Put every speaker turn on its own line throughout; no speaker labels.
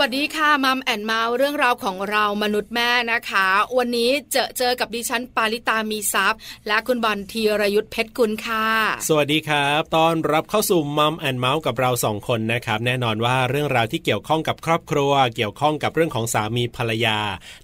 สวัสดีค่ะมัมแอนเมาส์เรื่องราวของเรามนุษย์แม่นะคะ วันนี้เจอเจอกับดิฉันปาริตามีซัพย์ และคุณบอลธีรยุทธเพชรกุลค่ะ
สวัสดีครับต้อนรับเข้าสู่มัมแอนเมาส์กับเราสองคนนะครับ แน่นอนว่าเรื่องราวที่เกี่ยวข้องกับครอบครัว เกี่ยวข้องกับเรื่องของสามีภรรยา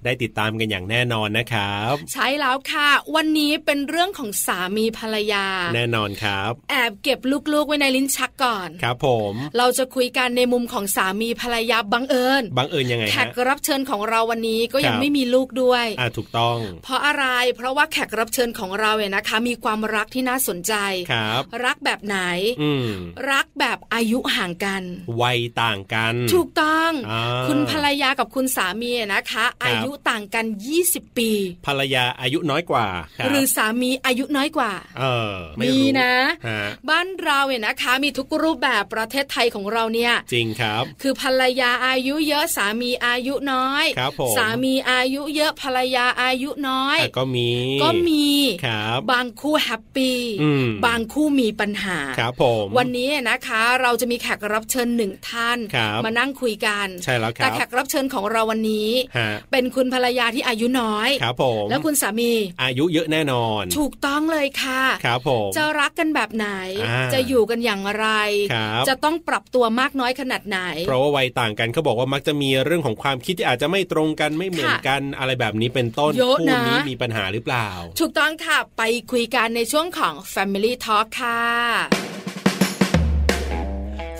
ได้ติดตามกันอย่างแน่นอนนะครับ
ใช้แล้วค่ะ วันนี้เป็นเรื่องของสามีภรรยา
แน่นอนครับ
แอบเก็บลูกๆไว้ในลิ้นชักก่อน
ครับผม
เราจะคุยกันในมุมของสามีภรรยาบังเอิญ
บังเอิญยังไง
แข
ฮะ
กรับเชิญของเราวันนี้ก็ยัง
ครับ
ไม่มีลูกด้วย
อ่าถูกต้อง
เพราะอะไร เพราะว่าแขกรับเชิญของเราเนี่ยนะคะ มีความรักที่น่าสนใจ
ครับ
รักแบบไหน
อืม
รักแบบอายุห่างกัน
วัยต่างกัน
ถูกต้อง
อ่า
คุณภรรยากับคุณสามีอะนะคะ
ครับ
อายุต่างกัน 20 ปี
ภรรยาอายุน้อยกว่าคบ
หรือสามีอายุน้อยกว่า
เออไม่
มี
รู้
นะ
ฮะ
บ้านเราเนี่ยนะคะ มีทุกรูปแบบประเทศไทยของเราเนี่ย
จริงครับ
คือภรรยาอายุเยอะสามีอายุน้อย
ครับผม
สามีอายุเยอะภรรยาอายุน้อย
อ่ะก็มี
ก็มี
ครับ
บางคู่แฮปปี้
อืม
บางคู่มีปัญหา
ครับผม
วันนี้นะคะเราจะมีแขกรับเชิญหนึ่งท่าน
ครับ
มานั่งคุยกัน
ใช่แล้วค
แต่
รับ
แขกรับเชิญของเราวันนี้
ฮะ
เป็นคุณภรรยาที่อายุน้อย
ครับผม
แล้วคุณสามี
อายุเยอะแน่นอน
ถูกต้องเลยค่ะ
ครับผม
จะรักกันแบบไหน
อ่า
จะอยู่กันอย่างไร
ครับ
จะต้องปรับตัวมากน้อยขนาดไหน
เพราะว่าวัยต่างกันเขาบอกว่ามักจะมีเรื่องของความคิดที่อาจจะไม่ตรงกันไม่เหมือนกันอะไรแบบนี้เป็นต้น
เยอะ
คู่
นะ
นี้มีปัญหาหรือเปล่า
ถูกต้องค่ะ ไปคุยกันในช่วงของ Family Talk ค่ะ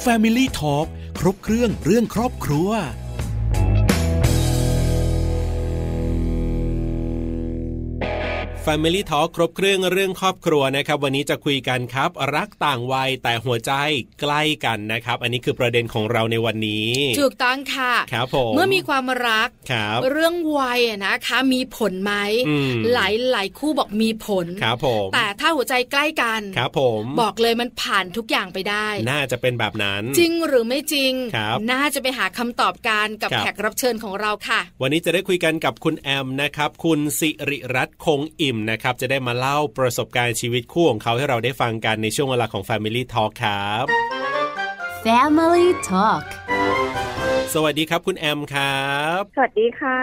Family Talk ครบเครื่องเรื่องครอบครัว
Family Talk ครบเครื่องเรื่องครอบครัวนะครับ วันนี้จะคุยกันครับ รักต่างวัยแต่หัวใจใกล้กันนะครับ อันนี้คือประเด็นของเราในวันนี้
ถูกต้องค่ะ
ครับผม
เมื่อมีความรัก
ครับ
เรื่องวัยอะนะคะ มีผลไหม
อืม
หลายหลายคู่บอกมีผล
ครับผม
แต่ถ้าหัวใจใกล้กัน
ครับผม
บอกเลยมันผ่านทุกอย่างไปได้
น่าจะเป็นแบบนั้น
จริงหรือไม่จริง
ครับ
น่าจะไปหาคำตอบกันกับ
ครับ
แขกรับเชิญของเราค่ะ
วันนี้จะได้คุยกันกับคุณแอมนะครับ คุณสิริรัตน์คงอิ่มนะครับ จะได้มาเล่าประสบการณ์ชีวิตคู่ของเขาให้เราได้ฟังกันในช่วงเวลาของ Family Talk ครับ
Family Talk
สวัสดีครับคุณแอมครับ
สวัสดีค่ะ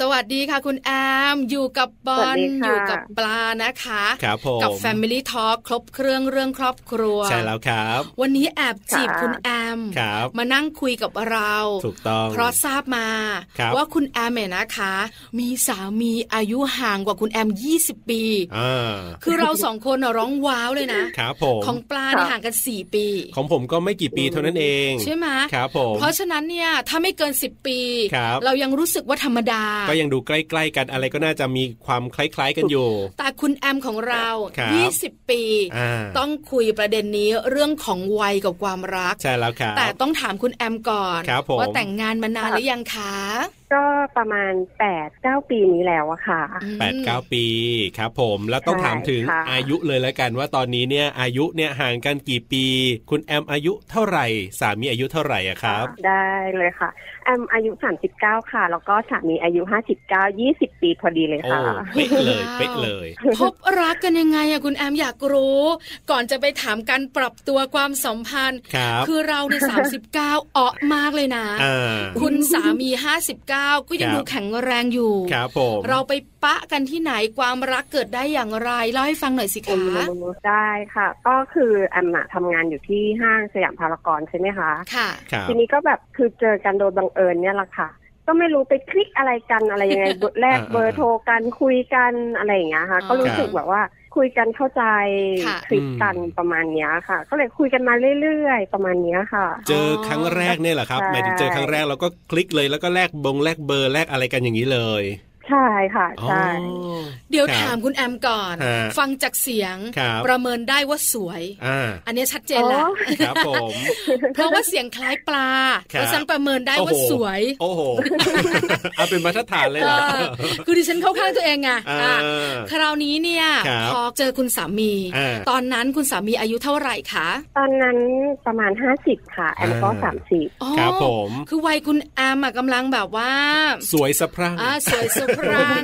สวัสดีค่ะคุณแอม อยู่กับบอ
สวั
ล
สดีค่ะ
อยู่กับปลานะคะ
ครับผม
กับ Family Talk ครบเครื่องเรื่องครอบครัว
ใช่แล้วครับ
วันนี้แอบจีบคุณแอม
ครับ
มานั่งคุยกับเรา
ถูกต้อง
เพราะทราบมา
ครับ
ว่าคุณแอมเนี่ยนะคะ มีสามีอายุห่างกว่าคุณแอม 20 ปี
อ่า
คือเราสองคนน่ะร้องว้าวเลยนะ
ครับผม
ของปลาเนี่ยห่างกัน 4 ปี
ของผมก็ไม่กี่ปีเท่านั้นเอง
ใช่ไหม
ครับผม
เพราะฉะนั้นเนี่ยถ้าไม่เกิน 10 ปี
ครับ
เรายังรู้สึกว่าธรรมดา
ก็ยังดูใกล้ๆกันอะไรก็น่าจะมีความคล้ายๆกันอยู่
แต่คุณแอมของเรา
ครับ
20 ปี
อ่า
ต้องคุยประเด็นนี้เรื่องของวัยกับความรัก
ใช่แล้วครับ
แต่ต้องถามคุณแอมก่อน
ครับผม
ว่าแต่งงานมานานหรือยังคะ
ก็ประมาณแปดเก้าปีนี้แล้วอะค่ะ
อืม
แปดเก้าปีครับผมแล้วต้อง
ใช่
ถามถึง
ค่ะ
อายุเลยแล้วกันว่าตอนนี้เนี่ยอายุเนี่ยห่างกันกี่ปี คุณแอมอายุเท่าไหร่ สามีอายุเท่าไหร่อะครับ
ได้เลยค่ะ แอมอายุสามสิบเก้าค่ะ แล้วก็สามีอายุห้าสิบเก้ายี่สิบปีพอดีเลย
โอ้
ค่ะ
เป๊ะเลย
ว้าว
เป๊ะเลย
พบรักกันยังไงอะคุณแอมอยากรู้ ก่อนจะไปถามการปรับตัวความสัมพันธ์
ครับ
คือเรา ใน 39 เออมากเลยนะ
อ่า
คุณสามี 59 ก็ยัง
ครับ
ดูแข็งแรงอยู่
ครับผม
เราไปปะกันที่ไหนความรักเกิดได้อย่างไรเล่าให้ฟังหน่อยสิ
โอ้
คะ
ได้ค่ะ ก็คือแอมอะทำงานอยู่ที่ห้างสยามพารากอนใช่ไหมคะ
ค่ะ
ครับ
ทีนี้ก็แบบคือเจอกันโดยบังเอิญเนี่ยแหละค่ะ ก็ไม่รู้ไปคลิกอะไรกันอะไรยั งไง แรกเบอร์โทรกันคุยกันอะไรอย่างเงี้ยค่ะ
อ่า
ก็รู้สึกแบบว่าคุยกันเข้าใจ
ค่ะ
คลิกกันประมาณเนี้ยค่ะ ก็เลยคุยกันมาเรื่อยๆ ประมาณเนี้ยค่ะ
เจอครั้งแรกเนี่ยเหรอครับ
ใช่
หมายถึงเจอครั้งแรกแล้วก็คลิกเลยแล้วก็แลกบงแลกเบอร์แลกอะไรกันอย่างนี้เลย
ใช่ค่ะ
อ๋อ
ใช่
เดี๋ยว
ครับ
ถามคุณแอมก่อน
ฮะ
ฟังจากเสียง
ครับ
ประเมินได้ว่าสวย
อ่า
อันนี้ชัดเจนแล้ว
ครับผม
เพราะว่าเสียงคล้ายปลา
ครับ
เพราะฉะนันประเมินได้ว่าสวย
โอ้โห เอาเป็นมาตรฐานเลยเหรอ
เออคือดิฉันเข้าข้างตัวเองไง
อ่า
อ่ะคราวนี้เนี่ย
ครับ
พอเจอคุณสามี
อ่า
ตอนนั้นคุณสามีอายุเท่าไหร่คะ
ตอนนั้นประมาณห้าสิบค่ะ แอมก็
อ่า
สามสิบ
อ๋อ
ครับผม
คือวัยคุณแอมอะกำลังแบบว่า
สวยสะพรั่ง
อ่าสวยสะ พรัง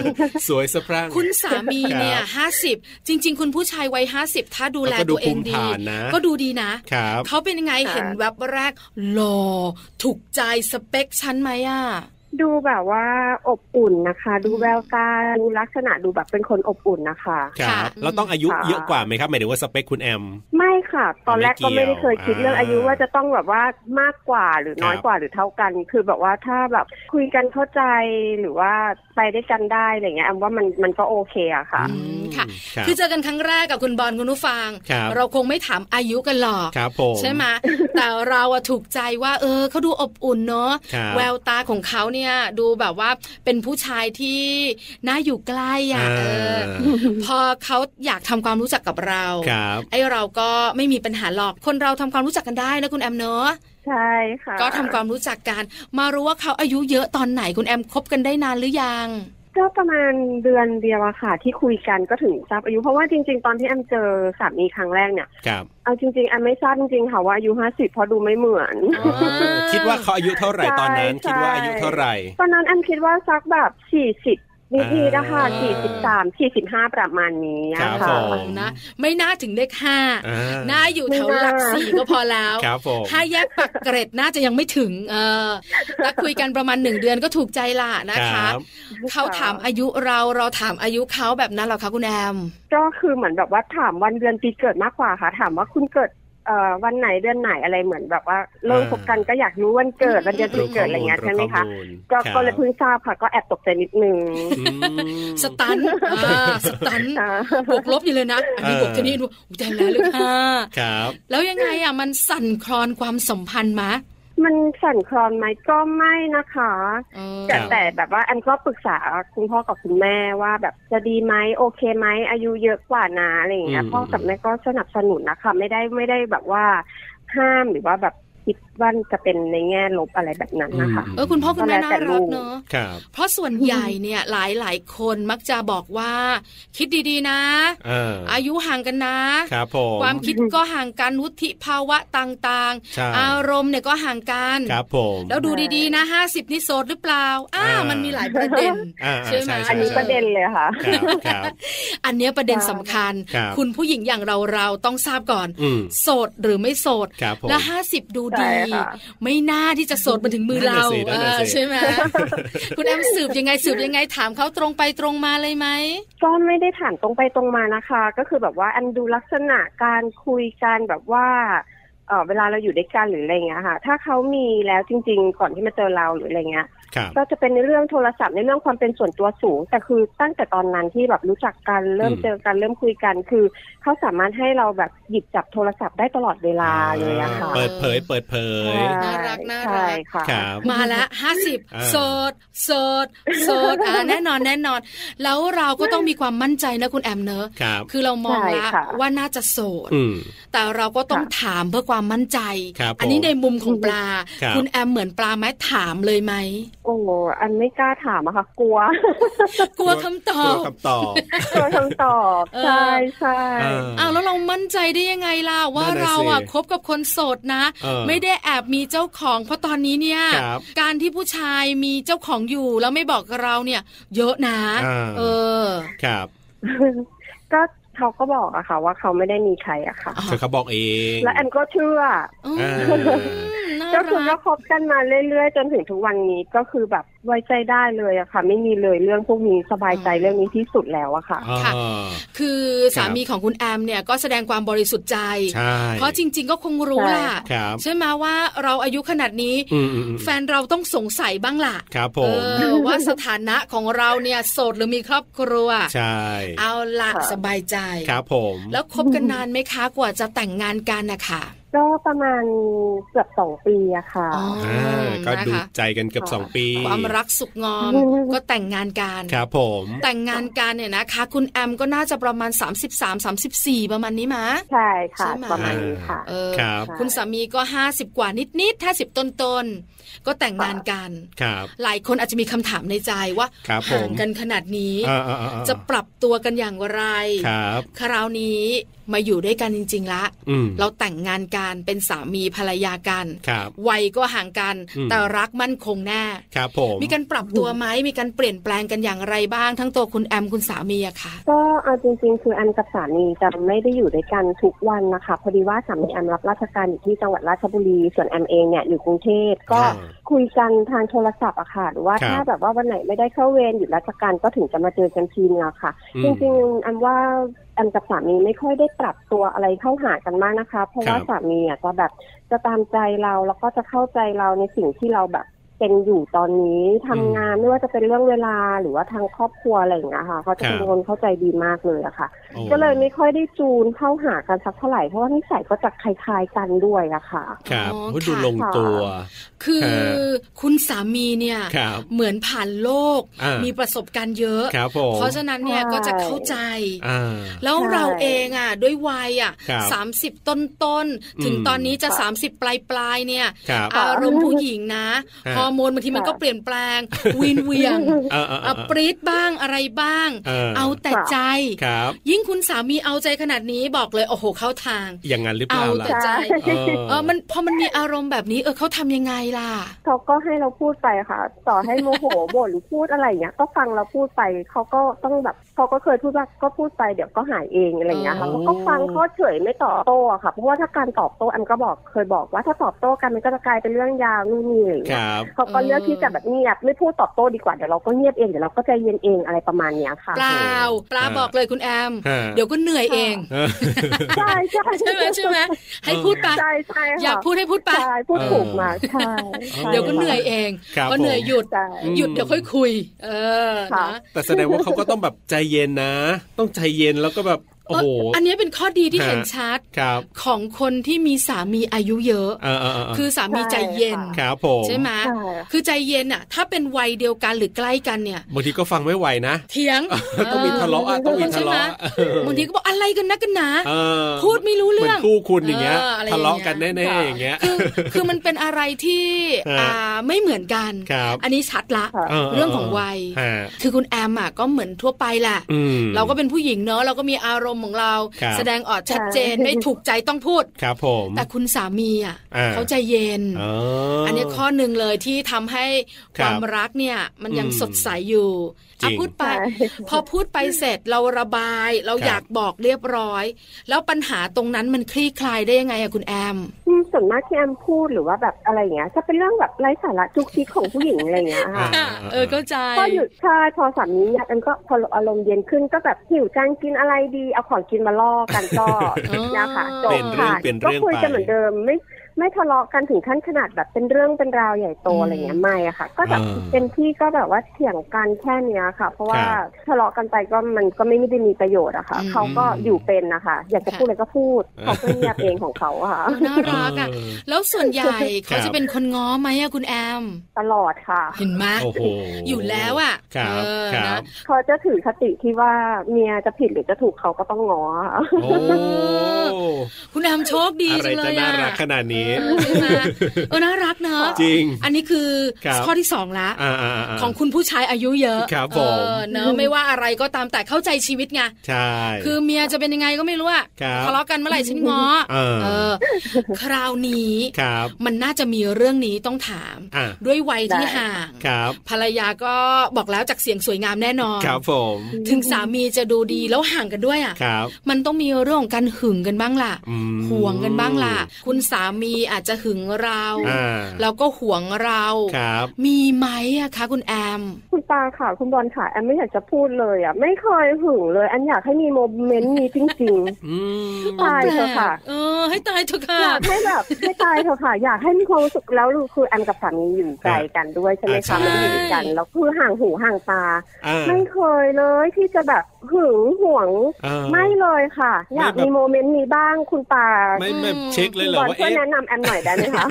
สวยสะพรั่ง
คุณสามีเนี่ย
ครับ
ห้าสิบจริง ๆ คุณผู้ชายวัยห้าสิบถ้าดูแล
แล้วก็ดู
ตัวเองดี
ภูมิฐานนะ
ก็ดูดีนะครับ เขาเป็นยังไง
ค่ะ
เห็นแวบแรกหล่อถูกใจสเปคชั้นไหมอ่ะ
ดูแบบว่าอบอุ่นนะคะ ดูแววตาดูลักษณะดูแบบเป็นคนอบอุ่นนะคะ
ค
ค่ะ
รับ แล้วต้องอายุ
ค่ะ
เยอะกว่าไหมครับหมายถึงว่าสเปคคุณแอม
ไม่ค่ะ ตอนแรก
ไม่
ก็
เกี่ยว
ไม่ได้เคยคิดเรื่องอายุ
อ่า
ว่าจะต้องแบบว่ามากกว่าหรือน้อ
ค
ย
รับ
กว่าหรือเท่ากัน คือแบบว่าถ้าแบบคุยกันเข้าใจหรือว่าไปด้วยกันได้อะไรเงี้ยแอมว่ามันมันก็โอเคอะค่ะ
อืมค่ะ
รับ
คือเจอกันครั้งแรกกับคุณบอลคุณนุฟัง
ครับ
เราคงไม่ถามอายุกันหรอก
ครับผม
ใช่ไหม แต่เราอะถูกใจว่า เออเขาดูอบอุ่นเนาะ
ครับ
แววตาของเขาเนี่ยดูแบบว่าเป็นผู้ชายที่น่าอยู่ใกล้อะ
อ่า
เออ พอเขาอยากทำความรู้จักกับเรา
ครับ
ไอเราก็ไม่มีปัญหาหรอก คนเราทำความรู้จักกันได้นะคุณแอมเนอะ
ใช่ค่ะ
ก็ทำความรู้จักกัน มารู้ว่าเขาอายุเยอะตอนไหนคุณแอมคบกันได้นานหรือยัง
ก็ประมาณเดือนเดียวอะค่ะ ที่คุยกันก็ถึงทราบอายุเพราะว่าจริง ๆ ตอนที่แอมเจอสามีครั้งแรกเนี่ย
ครับ
เอาจริงๆแอมไม่ทราบจริงๆค่ะว่าอายุห้าสิบเพราะดูไม่เหมือน
เออคิดว่าเขาอายุเท่าไหร่ตอนนั้น
ใช่
คิดว่าอายุเท่าไหร่
ตอนนั้นแอมคิดว่าสักแบบสี่สิบนิดๆนะคะ
อ่
สี่สิบสา
า
มสี่สิบห้าประมาณนี้
ครั
อะ
บผ
ค่ะ
เอา
ม
นะไม่น่าถึงเลขห้า
อ่
น่าอยู่แถวหลัก
ไม่น่า
สี่ก็พอแล้ว
ครับผม
ถ้าแยกปักเกร็ดน่าจะยังไม่ถึง เออถ้าคุยกันประมาณหนึ่งเดือนก็ถูกใจละนะ
ค
คะ
รับ
เขาถามอายุเราเราถามอายุเขาแบบนั้นเหรอคะคุณแอม
ก็คือเหมือนแบบว่าถามวันเดือนปีเกิดมากกว่าค่ะ ถามว่าคุณเกิดเอ่อวันไหนเดือนไหนอะไรเหมือนแบบว่าเริ่ม
อ่า
คบกันก็อยากรู้วันเกิดวันเดือนปี
รู้
เกิดอะไรเงี้ย
ข้
ใช่ไหม
ข้
คะ
อล
ก็
ครับ
ก็เลยเพิ่งทราบค่ะ ก็แอบตกใจนิดนึง
อืม
สตันอ่าสตัน
ค่ะ
บวกลบอยู่เลยนะ อันนี้
เออ
บวกจะนี่ดูอุ๊ยตายแล้วเลยค่ะ
ครับ
แล้วยังไงอ่ะ มันสั่นคลอนความสัมพันธ์มะ
มันสั่นคลอนไหมก็ไม่นะคะ
เออ
แต่
ครับ
แต่แบบว่าแอมก็ปรึกษาคุณพ่อกับคุณแม่ว่าแบบจะดีไหมโอเคไหมอายุเยอะกว่านะอะไรอย่างเงี้ย
อืม
พ่อกับแม่ก็สนับสนุนนะคะไม่ได้ไม่ได้แบบว่าห้ามหรือว่าแบบคิดว่าจะเป็นในแง่ลบอะไรแบบนั้นนะคะ
เออ คุณพ่อคุณแม่น่ารักเนอะ
ครับ
เพราะส่วนใหญ่เนี่ยหลายหลายๆคนมักจะบอกว่า คิดดีๆนะ
เอออ
อายุห่างกันนะ
ครับผม
ความคิดก็ห่างกันวุฒิภาวะต่าง
ใช่
ๆ อารมณ์เนี่ยก็ห่างกัน
ครับผม
แล้วดูดีๆนะห้าสิบนี่โสดหรือเปล่าอ้า
อ่ามั
มันมีหลายประเด็น
อ่า
ใช่ไหม
อันนี้
ใช่
ประเด็นเลยค่ะ
ครับครับ
อันเนี้ยประเด็นสำคัญ
ครับ
ณผู้หญิงอย่างเราเราๆต้องทราบก่อน
อืม
โสดหรือไม่โสด
ครับผม
และห้าสิบดู
ใช่
ดี
ค่ะ
ไม่น่าที่จะโสดมาถึงมือเรา
นั่นน่ะสินั่นน่ะ
เออ
สิ
ใช่ไหม คุณแอมสืบยังไงสืบยังไงถามเขาตรงไปตรงมาเลยไหม
ก็ไม่ได้ถามตรงไปตรงมานะคะ ก็คือแบบว่าอันดูลักษณะการคุยกันแบบว่าเอ่อเวลาเราอยู่ด้วยกันหรืออะไรเงี้ยค่ะ ถ้าเขามีแล้วจริง ๆ ก่อนที่มาเจอเราหรืออะไรเงี้ย
ครับ
ก็จะเป็นในเรื่องโทรศัพท์ในเรื่องความเป็นส่วนตัวสูง แต่คือตั้งแต่ตอนนั้นที่แบบรู้จักกันเริ่ม
อืม
เจอกันเริ่มคุยกันคือเขาสามารถให้เราแบบหยิบจับโทรศัพท์ได้ตลอดเวลาเลยอะค่ะ
เปิดเผยเปิดเผย
น่ารักน่ารัก
ใช่ค่ะ
ครับ
มาละห้าสิบ
อ่า
โสดโสดโสดอ่าแน่นอนแน่นอน แล้วเราก็ต้องมีความมั่นใจนะคุณแอมเนอะ
ครับ
คือเรามอง
ใช่
ละ
ค่ะ
ว่าน่าจะโสด
อืม
แต่เราก็ต้อง
ค่ะ
ถามเพื่อความมั่นใจ
ครับผม
อันนี้ในมุมของปลา
ครับ
คุณแอมเหมือนปลาไหมถามเลยไหม
โอ้อันไม่กล้าถามอะค่ะ กลัว
กลัวคำตอก
ลัว
บ
คำตอบ
กลัวคำตอบ
เออ
ใช่ใช่
อ้าวแล้วเรามั่นใจได้ยังไงล่ะว่า
นั่นน่ะ
เราอ่ะ
สิ
คบกับคนโสดนะ
เออ
ไม่ได้แอบมีเจ้าของ เพราะตอนนี้เนี่ย
ครับ
การที่ผู้ชายมีเจ้าของอยู่แล้วไม่บอกเราเนี่ย เยอะนะ
อ่า
เออ
ครับ
ก็เขาก็บอกอะค่ะ ว่าเขาไม่ได้มีใครอะค่ะ
อ๋อ
เธอเขาบอกเอง
และแอนก็เชื่อ
อื
อ่า
มน่ารั
ก็คือก็
ก
คบกันมาเรื่อยๆ จนถึงทุกวันนี้ก็คือแบบไว้ใจได้เลยอะค่ะ ไม่มีเลยเรื่องพวกนี้สบายใจเรื่องนี้ที่สุดแล้วอะค่ะ
อ่า
คือสามีของคุณแอมเนี่ยก็แสดงความบริสุทธิ์ใจ
ใช่
เพราะจริง ๆ ก็คงรู้ล่ะ
ครับ
ใช่ไหมว่าเราอายุขนาดนี้
อืมอืมอืม
แฟนเราต้องสงสัยบ้างล่ะ
ครับผ
เอ
ม
อว่าสถานะของเราเนี่ยโสดหรือมีครอบครัว
ใช่
เอาละ
ค่ะ
สบายใจ
ครับผม
แล้วคบกันนานไหมคะกว่าจะแต่งงานกันนะคะ
ก็ประมาณเกือบสองปีอะค่ะ
อ๋อ
อ่า ก็
นะ
ดู
คะ
ใจกันเกือบ
ค่ะ
สองปี
ความรักสุขงอม
อืม
ก็แต่งงานกัน
ครับผม
แต่งงานกันเนี่ยนะคะ คุณแอมก็น่าจะประมาณ 33 34 ประมาณนี้มะ
ใช่ค่ะ
ใช่ไหม
ประมาณนี้ค่ะ
เออ
ครับ
ค่ะ
คุณสามีก็ 50 กว่านิดๆ50 ต้นๆ ก็แต่งงานกัน
ครับ
หลายคนอาจจะมีคำถามในใจว่า
ครับผม
ห่างกันขนาดนี้
อ่าอ่าอ่าอ่า
จะปรับตัวกันอย่างไร
ครับ
คราวนี้มาอยู่ด้วยกันจริง ๆละ
อืม
เราแต่งงานกั กันเป็นสามีภรรยากัน
ครับ
วัยก็ห่างกัน
อืม
แต่รักมั่นคงแน่
ครับผม
มีการปรับตัวไหมมีการเปลี่ยนแปลงกันอย่างไรบ้าง ทั้งตัวคุณแอมคุณสามีอะค่ะ
ก็เอาจริงๆ คืออันกับสามีจะไม่ได้อยู่ด้วยกันทุกวันนะคะ พอดีว่าสามีแอมรับราชการอยู่ที่จังหวัดราชบุรี ส่วนแอมเองเนี่ยอยู่กรุงเทพก็
อ่า
คุยกันทางโทรศัพท์อะค่ะหรือว่า
ครับ
ถ้าแบบว่าวันไหนไม่ได้เข้าเวรหยุดราชการก็ถึงจะมาเจอกันทีนึงอะค่ะ
อืม
จริงๆอันว่าอันกับสามีไม่ค่อยได้ปรับตัวอะไรเข้าหากันมากนะคะ เพราะว่า
ครับ
สามีอะจะแบบจะตามใจเราแล้วก็จะเข้าใจเราในสิ่งที่เราแบบเป็นอยู่ตอนนี้ทำงานไม่ว่าจะเป็นเรื่องเวลาหรือว่าทางครอบครัวอะไรอย่างเงี้ยค่ะเขาจะเป็นคนเข้าใจดีมากเลยอะค่ะ
โอ้
ก็เลยไม่ค่อยได้จูนเข้าหากันสักเท่าไหร่เพราะว่านิสัยก็จะคล้ายๆกันด้วยอะค่ะ
ครับ
อ๋อ
โอ้ดู
ค่ะ
ลงตัว
คือ
เออ
คุณสามีเนี่ย
ครับ
เหมือนผ่านโลก
อ่ามี
มีประสบการณ์เยอะ
ครับผม
เพราะฉะนั้นเนี่ย
ใช่
ก็จะเข้าใจ
อ่า
แล้ว
ใช่
เราเองอ่ะ ด้วยวัยอ่ะ
ครับ
สามสิบต้นต้นๆถึง
อืม
ตอนนี้จะ
ค่ะ
30 ปลายปลายๆเนี่ย
ครับ
อารมณ์ผู้หญิงนะ
ฮะ
ฮอร์โมนบางทีมันก็
ค่ะ
เปลี่ยนแปลงวินเวียง
เออเออเออ
อ่ะปรี๊ดบ้างอะไรบ้าง
เออ
เอาแต่ใจ
ครับ
ยิ่งคุณสามีเอาใจขนาดนี้บอกเลยโอ้โหเข้าทาง
อย่างนั้นหรือเป
เอา
ล่าล่ะ
แต่ใจ
เออ
เออมันพอมันมีอารมณ์แบบนี้เออเขาทำยังไงล่ะ
เขาก็ให้เราพูดไปค่ะ ต่อให้โมโห บ่นหรือพูดอะไรเงี้ย ก็ฟังเราพูดไป เขาก็ต้องแบบเขาก็เคยพูดว่าก็พูดไปเดี๋ยวก็หายเองอะไรเงี้ยค่ะ
อ๋อ
เขาก็ฟังเขาเฉยไม่ตอบโต้อะค่ะเพราะว่าถ้าการตอบโต้แอมก็บอกเคยบอกว่าถ้าตอบโต้กันมันก็จะกลายเป็นเรื่องยาวนู่นนี่อะไร
ค
เงี้ย
รับ
เขาก็เลือกที่จะแบบเงียบไม่พูดตอบโต้ดีกว่าเดี๋ยวเราก็เงียบเองเดี๋ยวเราก็ใจเย็นเองอะไรประมาณเนี้ยค่ะ
เปล่าปลา
อ่า
บอกเลยคุณแอม
ฮะ
เดี๋ยวก็เหนื่อยเอง
เออ
ใช่ใช่
ใช่ไหมใช่ไหมให้พูดไป
ใช่ใช่ค่ะ
อยากพูดให้พูดไป
ใช่พูดถูกมากใช่
เออ
เดี๋ยวก็เหนื่อยเอง
ครับ
พอเหนื่อย
ผม
หยุด
ใช่
อืม
หยุดเดี๋ยวค่อยคุย เออ
ค่ะ
นะ
แต่แสดงว่าเขาก็ต้องแบบใจเย็นนะ ต้องใจเย็นแล้วก็แบบ โอ้โห
เอออันนี้เป็นข้อดีที่
ฮะ
เห็นชัด
ครับ
ของคนที่มีสามีอายุเยอะ
เออเออเออ
คือสามีใจเย็น
ครับผม
ใช่ไหม
ใช่
คือใจเย็นอ่ะ ถ้าเป็นวัยเดียวกันหรือใกล้กันเนี่ย
บางทีก็ฟังไม่ไหวนะ
เถียง
ต้องมีทะเลาะอะต้องมีทะเลาะ
บางทีก็บอกอะไรกันนักกันหนา
เออ
พูดไม่รู้
เหมื
เรื่
อ
อน ง
คู่คุณอย่างเงี้ย
เอออะไรอย่างเงี้ย
ทะเลาะกันแน่ๆอย่างเงี้ย
คือคือมันเป็นอะไรที่
ฮะ
อ่าไม่เหมือนกัน
ครับ
อันนี้ชัดละ
ค่ะ
เรื่องของวัย
ฮะ
คือคุณแอมอ่ะก็เหมือนทั่วไปแหละ
อืม
เราก็เป็นผู้หญิงเนอะเราก็มีอารมณ์ของเรา
ครับ
แสดงออกชัดเจน
ใช่
ไม่ถูกใจต้องพูด
ครับผม
แต่คุณสามีอ่ะ
อ่า
เขาใจเย็น
อ๋อ
อั
อั
นนี้ข้อหนึ่งเลยที่ทำให้
ค
ครับ วามรักเนี่ยมันยัง
อืม
สดใสอยู่
จริ
อ่ะ
ง
พูดไป พอพูดไปเสร็จเราระบาย เราอยากบอกเรียบร้อย แล้วปัญหาตรงนั้นมันคลี่คลายได้ยังไงอะคุณแอม
อืมส่วนมากที่แอมพูดหรือว่าแบบอะไรอย่างเงี้ยจะเป็นเรื่องแบบไร้สาระจุกจิกของผู้หญิงอะไรอย่างเงี้ยค่ะ
อ่า
เออเข้าใจ
ก็หยุดใช่พอสามีเนี่ยแอมก็พออารมณ์เย็นขึ้นก็แบบหิวจังกินอะไรดีเอาของกินมาล่อกัน ก็
อ๋อ
เนี่ยค่ะจบ
เปลี่ยนเรื่อง
ค่ะ
เปลี่ยนเรื่อ
ก็
ง
คุยกัน
ไป
เหมือนเดิมไม่ไม่ทะเลาะกันถึงขั้นขนาดแบบเป็นเรื่องเป็นราวใหญ่โต
อืม
อะไรเงี้ยไม่อะค่ะ ก็แบบเป็นที่ก็แบบว่าเถียงกันแค่เนี้ยค่ะ เพราะว่า
ครับ
ทะเลาะกันไปก็มันก็ไม่ได้มีประโยชน์อะค่ะ
อืม
เขาก็อยู่เป็นนะคะอยากจะพูดอะไรก็พูดเขาก็เงียบเองของเขาอะ ค่ะ
น่ารักอะ
เออ
แล้วส่วนใหญ่
ครั
เขา
บ
จะเป็นคนง้อไหมอะคุณแอม
ตลอดค่ะ
เห็นไหม
โอ้โห
อยู่แล้วอะ
ครับ
เออ
ครั
นะ
บ
เขาจะถือคติที่ว่าเมียจะผิดหรือจะถูกเขาก็ต้องง อ
โอ้
คุณแอมโชคดี
อะไร
จังเล
จะ
ย
น่า
อะ
รักขนาดนี้
เออใช่ไหมเออน่ารักเนอะ
จริง
อันนี้คือ
ครับ
ข้อที่สองละ
อ่าอ่าา
ของคุณผู้ชายอายุเยอะ
ครับผม
เออเนอะไม่ว่าอะไรก็ตามแต่เข้าใจชีวิตไง
ใช่
คือเมียจะเป็นยังไงก็ไม่รู้อะ
ครับ
ทะเลาะกันเมื่อไหร่ฉันง้อ
เออ
เออ คราวนี้
ครับ
มันน่าจะมีเรื่องนี้ต้องถาม
อ่ะ
ด้วยวัยที่
ได้
ห่าง
ครับ
ภรรยาก็บอกแล้วจากเสียงสวยงามแน่นอน
ครับผม
ถึงสามีจะดูดีแล้วห่างกันด้วยอ่ะ
ครับ
มันต้องมีเรื่องของการหึงกันบ้างล่ะ
อืม
ห่วงกันบ้างล่ะ คุณสามีอาจจะหึงเรา
อ่า
แล้วก็ห่วงเรา
ครับ
มีไหมอะคะคุณแอม
คุณปาค่ะ คุณบอลค่ะแอมไม่อยากจะพูดเลยอ่ะ ไม่เคยหึงเลยแอมอยากให้มีโมเมนต์นี้จริง
อืม
ตายเถอะค่ะ
แปลกเออ ให้ตายเถอะ
ๆ
ค่ะ
อยากให้แบบให้ตายเถอะค่ะ อยากให้มีความรู้สึกแล้วคือแอมกับสามีอยู่ไกลกันด้วยใช่ไหม
ใช่
คะไม่ได้อยู่กันแล้วคือห่างหูห่างตา
อ่า
ไม่เคยเลยที่จะแบบหึงหวง
อ่า
ไม่เลยค่ะ อยาก
ไม่แบบ
มีโมเมนต์นี้บ้างคุณปา
ไม่ไม่
อืม
เช็คเลยเหรอ
คุณบอล
ว่า
ช่วย
เอ๊ะ
แนะนำ ำแอมหน่อยได้ไหมคะ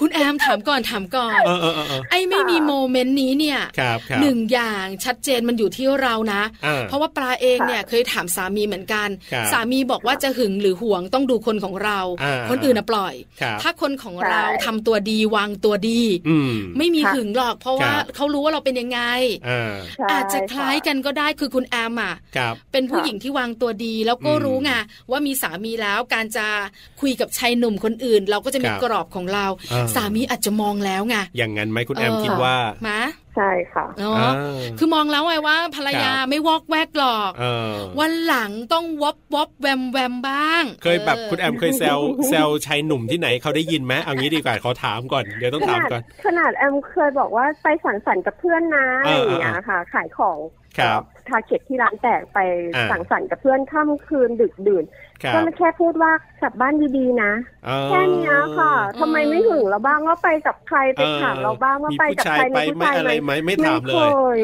คุณแอมถามก่อนถามก่อน
เออเออเออเออ
ไอ้ไม่มีโมเมนต์นี้เนี่ย
ครับครับ
หนึ่งอย่างชัดเจนมันอยู่ที่เรานะ
อ่า
เพราะว่าปลาเอง
ค่ะ
เนี่ยเคยถามสามีเหมือนกัน
ครับ
สามีบอกว่าจะหึงหรือหวงต้องดูคนของเรา
อ่า
คนอื่นน่ะปล่อย
ครับ
ถ้าคนของเราทำตัวดีวางตัวดี
อืม
ไม่มี
ค่ะ
หึงหรอกเพราะว่า
ครับ
เขารู้ว่าเราเป็นยังไง
อ่า
ใช่
อาจจะคล้าย
ะ
กันก็ได้คือคุณแอมอ่ะ
ครับ
เป็นผู้
ค่ะ
หญิงที่วางตัวดีแล้วก็
อืม
รู้ไงว่ามีสามีแล้วการจะคุยกับชายหนุ่มคนอื่น เราก็จะมี
ครับ
กรอบของเรา
อ่า
สามีอาจจะมองแล้วไง
อย่างนั้นไหมคุณแอม
เ
คิดว่า
มา
ใช่ค่ะ
เนาะ
อ่า
คือมองแล้วไงว่าภรรยา
ครับ
ไม่วอกแวกหรอก
เออ
วันหลังต้องวอบวอบแวมแวมบ้าง
เคยแบบ
เ
คุณแอมเคยแซวแซวชายหนุ่มที่ไหนเขาได้ยินไหมเอางี้ดีกว่าขอถามก่อนเดี๋ยวต้อง
ข
ถาม
นาด
ก่อน
ขนาดแอมเคยบอกว่าไปสังสรรค์กับเพื่อนนะ
เอ
อะ
อ
ไรอ
อ
ย่างเงี้ยค่ะ ขายของ
ครับ
ทาเก็ตที่ร้านแตกไป
อ่า
สังสรรค์กับเพื่อนค่ำคืนดึกดื่น
ครั
ก็
บ
แค่พูดว่ากลับบ้านดีๆนะ
เออ
แค่เนี้ยค่ะทำไมไม่ถึงเราบ้างว่าไปกับใครไปถามเราบ้างว่าไปกับใคร
มีผู้ชายไปไหมอะไรไหมไม่ถามเลย
ไเคย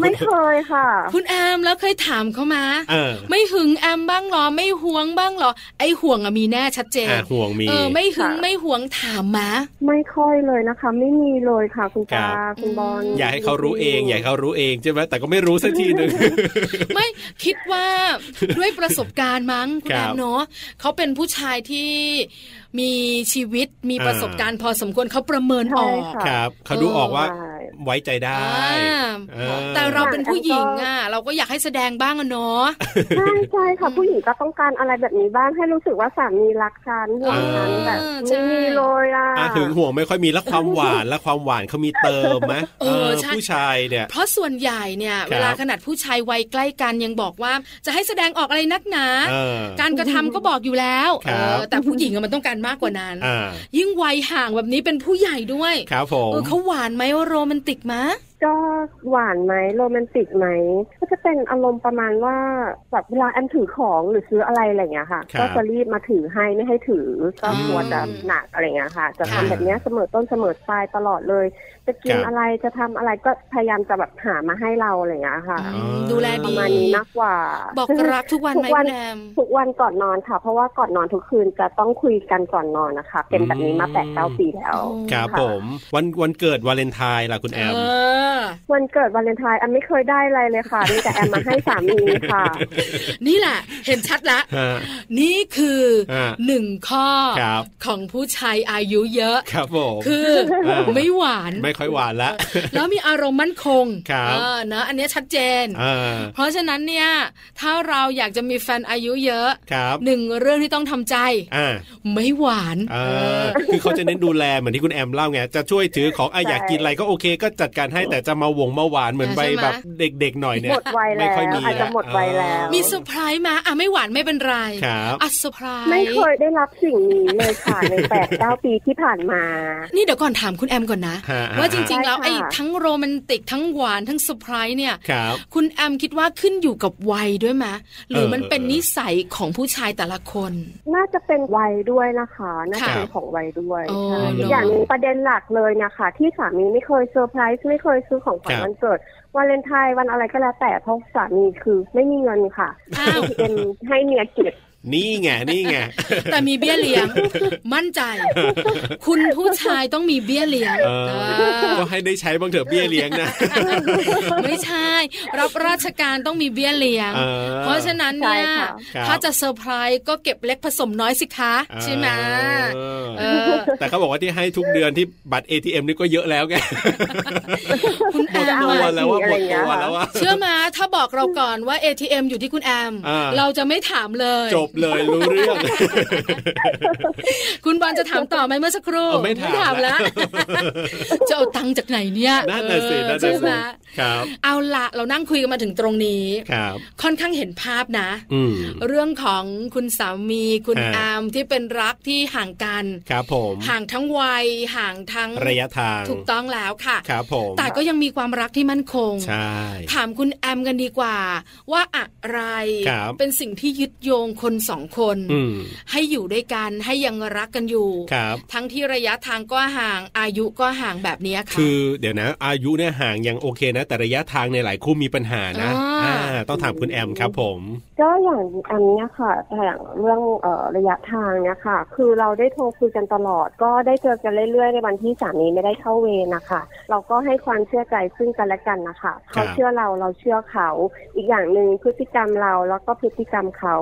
ไม่เคยค่ะ
คุณแอมแล้วเคยถามเขามา
เออ
ไม่หึงแอมบ้างหรอ ไม่หวงบ้างหรอ ไอห่วงอะมีแน่ชัดเจน
อ่ะห่วงมี
เออไม่หึง
ค่ะ
ไม่หวงถามมา
ไม่ค่อยเลยนะคะ ไม่มีเลยค่ะ คุณ
ครั
ตา
บ
คุณบอล
อยากให้เขารู้เองอยากให้เขารู้เองใช่ไหมแต่ก็ไม่รู้สักทีหนึ่ง
ไม่คิดว่าด้วยประสบการณ์มั้งคุณ
ครั
แอบ มเนาะเขาเป็นผู้ชายที่มีชีวิตมี
อ่า
ประสบการณ์พอสมควรเขาประเมินออก
ใช่ค่ะ
ครับเขาดูออกว่า
ใช่
ไว้ใจ
อ
ได้
่า
เออ
แต่เราเป็นผู้หญิง
แล้วก็
อ่ะ เราก็อยากให้แสดงบ้างอะเนาะ
ใช่ใช่ค่ะผู้หญิงก็ต้องการอะไรแบบนี้บ้างให้รู้สึกว่าสามีรักฉันห่วงฉัน
อ่า
แบบ
ใช่
ไม่มีเลยอ่ะ
อ่ะถึงห่วงไม่ค่อยมีแล้วความหวานแล้วความหวานเขามีเติมไหม
เออใช่
ผู้ชายเนี่ย
เพราะส่วนใหญ่เนี่ย เวลาขนาดผู้ชายวัยใกล้กันยังบอกว่า จะให้แสดงออกอะไรนักหนา
เออ
การกระทำก็บอกอยู่แล้ว
ค
เอ
รับ
อแต่ผู้หญิงอะมันต้องการมากกว่านั้น
อ่า
ยิ่งวัยห่างแบบนี้เป็นผู้ใหญ่ด้วย
ครับผม
เออเขาหวานไหมโรแมนติกไหมะ
ก็หวานไหมโรแมนติกไหมก็จะเป็นอารมณ์ประมาณว่าแบบเวลาแอมถือของหรือซื้ออะไรอะไรอย่างเงี้ยค่ะ
ครับ
ก็จะรีบมาถือให้ไม่ให้ถือก็
อืม
กลัวจะหนักอะไรอย่างเงี้ยค่ะ จะทำ
ค่ะ
แบบเนี้ยเสมอต้นเสมอปลายตลอดเลย จะกิน
ครับ
อะไรจะทำอะไรก็พยายามจะแบบหามาให้เราอะไรอย่างเงี้ยค่ะ
อืม
อ่า
ดูแล
ป
ดี
ระมาณนี้มากกว่า
บอกรักทุกวันไหม
ทุกวัน
คุณแอม
ทุกวันก่อนนอนค่ะ เพราะว่าก่อนนอนทุกคืนจะต้องคุยกันก่อนนอนนะคะ เป็นแบบนี้มาแปดเก้าปีแล้ว
โอ้
ครับ
ค่ะ
ผมวันวันเกิดวาเลนไทน์ล่ะคุณแอม
เออ
วันเกิดวาเลนไทน์แอมไม่เคยได้อะไรเลยค่ะมีแต่แอมมาให้สามีค่ะ
นี่แหละ เห็นชัดละ
ฮะ
นี่คืออา หนึ่งข้อ
ครับ
ของผู้ชายอายุเยอะ
ครับผม
คืออา ไม่หวาน
ไม่ค่อยหวานละ
แล้วมีอารมณ์มั่นคง
ครับ
เออเนอะอันเนี้ยชัดเจน
อ่า
เพราะฉะนั้นเนี่ย ถ้าเราอยากจะมีแฟนอายุเยอะ
ครับ
หนึ่งเรื่องที่ต้องทำใจ
อ่า
ไม่หวาน
เออคือเขาจะเน้นดูแลเหมือนที่คุณแอมเล่าไงจะช่วยถือของอะ
ใช่
อยากกินอะไรก็โอเค ก็จัดการให้แต่จะมาหวงมาหวานเหมือน
อ่า
ใบ
ใช่ไหม
แบบเด็กๆหน่อยเนี่ย
หมดวัย
ไม่
แล้ว
ค่อยมี
อาจจะหมดวัยแล้ว
มีเซอร์ไพรส์มาอ่ะไม่หวานไม่เป็นไร
ครับ
อ่ะเซอร์ไพรส์
ไม่เคยได้รับสิ่งนี้เลยค่ะ ในแปดเก้าปีที่ผ่านมา
นี่เดี๋ยวก่อนถามคุณแอมก่อนนะ
ฮะฮะ
ว่าจริงๆ แล้ว
ใช่ค่ะ
ไอ้ทั้งโรแมนติกทั้งหวานทั้งเซอร์ไพรส์เนี่ย
ครับ
คุณแอมคิดว่าขึ้นอยู่กับวัยด้วยไหมหรือ
เออ
มันเป็น
เออ
นิสัยของผู้ชายแต่ละคน
น่าจะเป็นวัยด้วยนะคะน่าจะเป็น
ค่ะ
ของวัยด้วย
โอ้
ใช
เน
่
อะ
อย่างหนึ่งประเด็นหลักเลยนะคะ ที่สามีไม่เคยเซอร์ไพรส์ไม่เคยซื้อของขวัญวันเกิดวันเลนไทน์วันอะไรก็แล้วแต่เพราะสามีคือไม่มีเงินค่ะ
อ้าว
เอ็นให้เมียเก็บ
นี่ไงนี่ไง
แต่มีเบี้ยเลี้ยง มั่นใจ คุณผู้ชายต้องมีเบี้ยเลี้ยง
เออ
เออ
ก็ให้ได้ใช้บ้างเถอะเบี้ยเลี้ยงนะ
ไม่ใช่ รับราชการต้องมีเบี้ยเลี้ยง
ออ
เพราะฉะนั้นเนี่ย
ใช่ค่ะ
ครับ
ถ้าจะเซอร์ไพรส์ก็เก็บเล็กผสมน้อยสิคะ ใช่ไหม
เออ
เออ
แต่เขาบอกว่าที่ให้ทุกเดือนที่บัตร ATM นี่ก็เยอะแล้วไง
คุณ
ห
แอ
ม
ม
ดตัว
อะ
แล้วว่าหมดตัวแล้วว่า
เชื่อมาถ้าบอกเราก่อนว่า ATM อยู่ที่คุณแอม
อ่า
เราจะไม่ถามเลย
จบเลยรู้เรื่อง
คุณบอลจะถามต่อไหมเมื่อสักครู่
เออไม่ถาม
แล้ว
แล้
จะเอาตังค์จากไหนเนี่ย
นั่นน่ะสิ
เออ
นั่น
ใช่
น่ะ
ไหม
สิครับ
เอาละเรานั่งคุยกันมาถึงตรงนี้
ครับ
ค่อนข้างเห็นภาพนะ
อืม
เรื่องของคุณสามีคุณ
ฮะ
อามที่เป็นรักที่ห่างกัน
ครับผม
ห่างทั้งวัย ห่างทั้ง
ระยะทาง
ถูกต้องแล้วค่ะ
ครับผม
แต่ก็ยังมีความรักที่มั่นคง
ใช่
ถามคุณแอมกันดีกว่า ว่าอะไร
ครับ
เป็นสิ่งที่ยึดโยงคน สองคน
อืม
ให้อยู่ด้วยกันให้ยังรักกันอยู่
ครับ
ทั้งที่ระยะทางก็ห่างอายุก็ห่างแบบเนี้ยค่ะ
คือเดี๋ยวนะ อายุเนี่ยห่างยังโอเคนะ แต่ระยะทางในยหลายคู่มีปัญหานะ
อ่า
อ่าต้องถามคุณแอมครับผม
ก็อย่างอันเนี้ยค่ะแต่อย่างเรื่องเอ่อระยะทางเนี่ยค่ะ คือเราได้โทรคุยกันตลอด ก็ได้เจอกันเรื่อยๆ ในวันที่สามีไม่ได้เข้าเวรนะคะ เราก็ให้ความเชื่อใจซึ่งกันและกันนะคะเขาเชื่อเราเราเชื่อเขา อีกอย่างหนึ่งพฤติกรรมเราแล้วก็พฤติกรรมเขา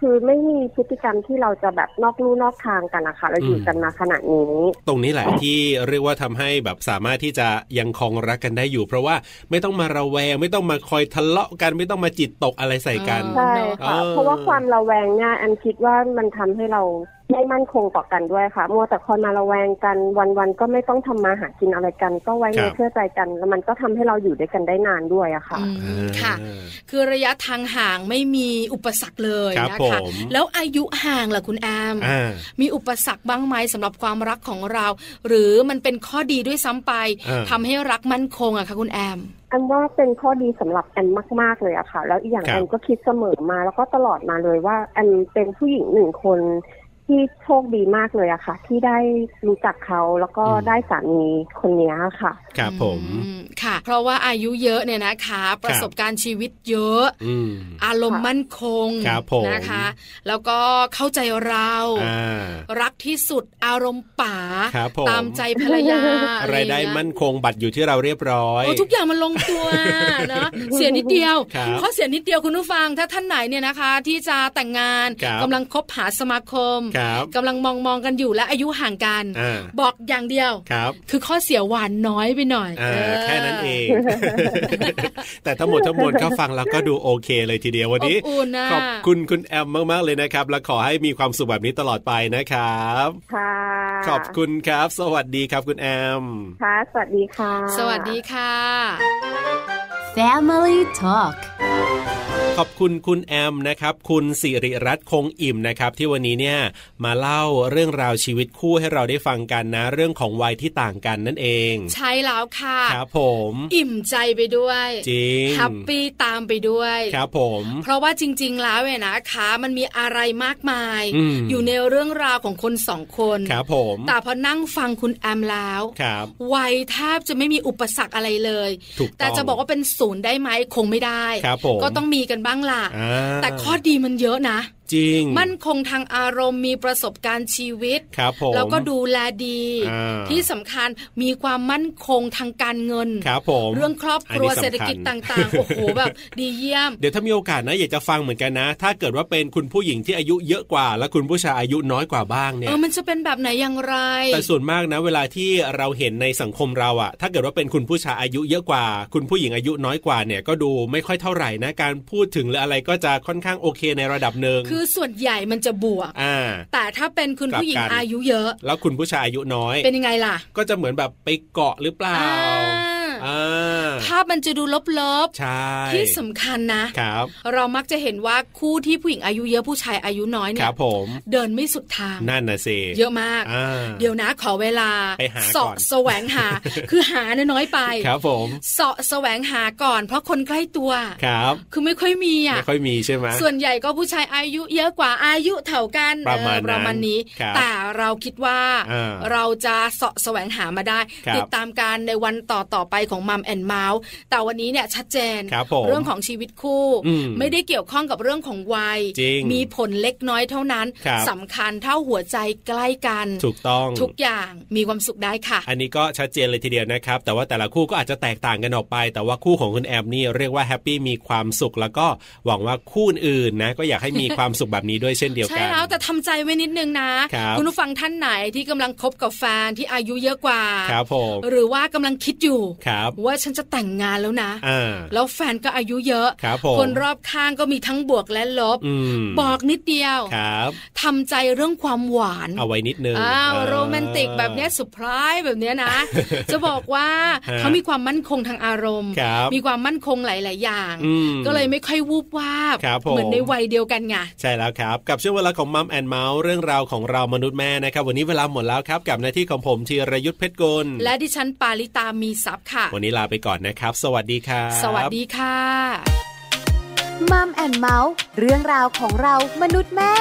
คือไม่มีพฤติกรรมที่เราจะแบบนอกลู่นอกทางกันนะคะเราอยู่กันมาขนาดนี้
ตรงนี้แหละที่เรียกว่าทำให้แบบสามารถที่จะยังคงรักกันได้อยู่ เพราะว่าไม่ต้องมาระแวงไม่ต้องมาคอยทะเลาะกันไม่ต้องมาจิตตกอะไรใส่กัน
อ๋อ
ใช่ค่ะ
เออ
เพราะว่าความระแวงเนี่ยแอนคิดว่ามันทำให้เราไม่มั่นคงต่อกันด้วยค่ะ มัวแต่คอยมาระแวงกันวันๆก็ไม่ต้องทำมาหากินอะไรกัน ก็ไว้เนื้อเชื่อใจกัน แล้วมันก็ทำให้เราอยู่ด้วยกันได้นานด้วยอะค่ะ
อืม
อ่า
ค่ะ คือระยะทางห่างไม่มีอุปสรรคเลย
ครับ
นะ
ผ
คะ
ม
แล้วอายุห่างล่ะคุณแอม
อ่า
มีอุปสรรคบ้างไหมสำหรับความรักของเรา หรือมันเป็นข้อดีด้วยซ้ำไป
เออ
ทำให้รักมั่นคงอะคะคุณแอม
อันว่าเป็นข้อดีสำหรับแอนมาก ๆ เลยอะค่ะ แล้วอีกอย่าง
ครับ
แอนก็คิดเสมอมา แล้วก็ตลอดมาเลยว่าแอนเป็นผู้หญิงหนึ่งคนที่โชคดีมากเลยอะค่ะ ที่ได้รู้จักเขาแล้วก็ได้สามีคนเนี้ยค่ะ
ครับผม
อืมค่ะ เพราะว่าอายุเยอะเนี่ยนะคะ ประสบการณ์ชีวิตเยอะ
อืม
อารมณ์
ค่ะ
มั่นคง
ครับผม
นะคะ แล้วก็เข้าใจเรา
อ่า
รักที่สุดอารมณ์ป๋า
ครับผม
ตามใจภรรยาอะ
รายได้
อางเงี้
มั่นคงบัตรอยู่ที่เราเรียบร้อย
โอ้ทุกอย่างมันลงตัวเนาะเสียนิดเดียว
ครับ
ข้อเสียนิดเดียวคุณผู้ฟังถ้าท่านไหนเนี่ยนะคะ ที่จะแต่งงาน
ครับ
กำลังคบหาสมาคม
ครับ
กำลังมองมองๆกันอยู่และอายุห่างกัน
อ่า
บอกอย่างเดียว
ครับ
คือข้อเสียหวานน้อยไปหน่อย
อ่า
เออ
แค่นั้นเอง แต่ทั้งหมดทั้งมวลก็ฟังแล้วก็ดูโอเคเลยทีเดียววันนี้
อบอุ่นน่ะ
ขอบคุณคุณแอมมาก ๆ เลยนะครับ และขอให้มีความสุขแบบนี้ตลอดไปนะครับ
ค่ะ
ขอบคุณครับ สวัสดีครับคุณแอม
ค่ะ สวัสดีค่ะ
สวัสดีค่ะ
Family Talk
ขอบคุณคุณแอมนะครับ คุณสิริรัตน์คงอิ่มนะครับ ที่วันนี้เนี่ยมาเล่าเรื่องราวชีวิตคู่ให้เราได้ฟังกันนะ เรื่องของวัยที่ต่างกันนั่นเอง
ใช่แล้วค่ะ
ครับผม
อิ่มใจไปด้วย
จริง
แฮปปี้ตามไปด้วย
ครับผม
เพราะว่าจริง ๆ แล้วเนี่ยนะคะมันมีอะไรมากมาย
อืม
อยู่ในเรื่องราวของคนสองคน
ครับผม
แต่พอนั่งฟังคุณแอมแล้ว
ครับ
วัยแทบจะไม่มีอุปสรรคอะไรเลย
ถูกต้อง
แต่จะบอกว่าเป็นศูนย์ได้ไหมคงไม่ได้
ครับผม
ก็ต้องมีกันบ้างล่ะ
อ่า
แต่ข้อดีมันเยอะนะ
จริง
มั่นคงทางอารมณ์มีประสบการณ์ชีวิต
ครับผม
แล้วก็ดูแลดี
อ่า
ที่สำคัญมีความมั่นคงทางการเงิน
ครับผม
เรื่องครอบครัว
อันนี้สำคัญ
เศรษฐกิจต่างๆ โอ้โหแบบ ดีเยี่ยม
เดี๋ยวถ้ามีโอกาสนะอยากจะฟังเหมือนกันนะ ถ้าเกิดว่าเป็นคุณผู้หญิงที่อายุเยอะกว่า และคุณผู้ชายอายุน้อยกว่าบ้างเนี่
เอย อมันจะเป็นแบบไหนอย่างไร
แต่ส่วนมากนะ เวลาที่เราเห็นในสังคมเราอะถ้าเกิดว่าเป็นคุณผู้ชายอายุเยอะกว่า คุณผู้หญิงอายุน้อยกว่าเนี่ยก็ดูไม่ค่อยเท่าไหร่นะการพูดถึงหรืออะไรก็จะค่อนข้างโอเคในระดับหนึ่ง
คือส่วนใหญ่มันจะบวก
อ่า
แต่ถ้าเป็นคุณผู้หญิง
กลับกัน
อายุเยอะ
แล้วคุณผู้ชายอายุน้อย
เป็นยังไงล่ะ
ก็จะเหมือนแบบไปเกาะหรือเปล่า
อ่า
อ่า
ภาพมันจะดูลบ
ใช่
ๆ ที่สำคัญนะ
ครับ
เรามักจะเห็นว่าคู่ที่ผู้หญิงอายุเยอะผู้ชายอายุน้อย
ค
เนี่
รั
ย
บผม
เดินไม่สุดทาง
นั่นนะสิ
เยอะมาก
อ่า
เดี๋ยวนะขอเวลา
ไปหาก่อน
เสาะแสวง หา คือหาเนี่ยน้อยไป
ครับผม
เสาะแสวงหาก่อน เพราะคนใกล้ตัว
ครับ
คือไม่ค่อยมีอ่ะ
ไม่ค่อยมีใช่ไหม
ส่วนใหญ่ก็ผู้ชายอายุเยอะกว่าอายุเท่ากัน
ประมาณ
เออประมาณนี้
นั้นครับ
แต่เราคิดว่า
เออ
เราจะเสาะแสวงหามาได้
ครับ
ติดตามการในวันต่อต่อๆไปของมัมแอนเมาส์แต่วันนี้เนี่ยชัดเจน
ครับผม
เรื่องของชีวิตคู่
อืม
ไม่ได้เกี่ยวข้องกับเรื่องของวัย
จริง
มีผลเล็กน้อยเท่านั้น
ครับ
สำคัญเท่าหัวใจใกล้กัน
ถูกต้อง
ทุกอย่างมีความสุขได้ค่ะ
อันนี้ก็ชัดเจนเลยทีเดียวนะครับ แต่ว่าแต่ละคู่ก็อาจจะแตกต่างกันออกไป แต่ว่าคู่ของคุณแอมนี่เรียกว่าแฮปปี้มีความสุข แล้วก็หวังว่าคู่อื่นๆนะ ก็อยากให้มีความสุขแบบนี้ด้วยเช่นเดียว
ใช่
กัน
แล้วแต่ทำใจไว้นิดนึงนะครับ ณผู้ฟังท่านไหนที่กำลังคบกับแฟนที่อายุเยอะกว่า
ครับผม
หรือว่ากำลังคิดอยู่
ครับ
ว่าฉันจะแต่งงานแล้วนะ
อ่า
แล้วแฟนก็อายุเยอะ
ครับผม
คนรอบข้างก็มีทั้งบวกและลบ
อืม
บอกนิดเดียว
ครับ
ทำใจเรื่องความหวาน
เอาไว้นิดนึง
อ้าวโรแมนติกแบบเนี้ยสุดพรายแบบเนี้ย นะ จะบอกว่า
ฮะ
เขามีความมั่นคงทางอารมณ์
ครับ
มีความมั่นคงหลาย ๆ อย่าง
อืม
ก็เลยไม่ค่อยวูบวาบ
ครับผม
เหมือนในวัยเดียวกันไง
ใช่แล้วครับ กับช่วงเวลาของมัมแอนเมาส์เรื่องราวของเรามนุษย์แม่นะครับ วันนี้เวลาหมดแล้วครับ กับหน้าที่ของผมธีรยุทธเพชรกุล
และดิฉันปาริตามีซับค่ะ
วันนี้ลาไปก่อนนะครับ สวัสดีครับ
สวัสดีค่ะ
มัมแอนเมาส์เรื่องราวของเรามนุษย์แม่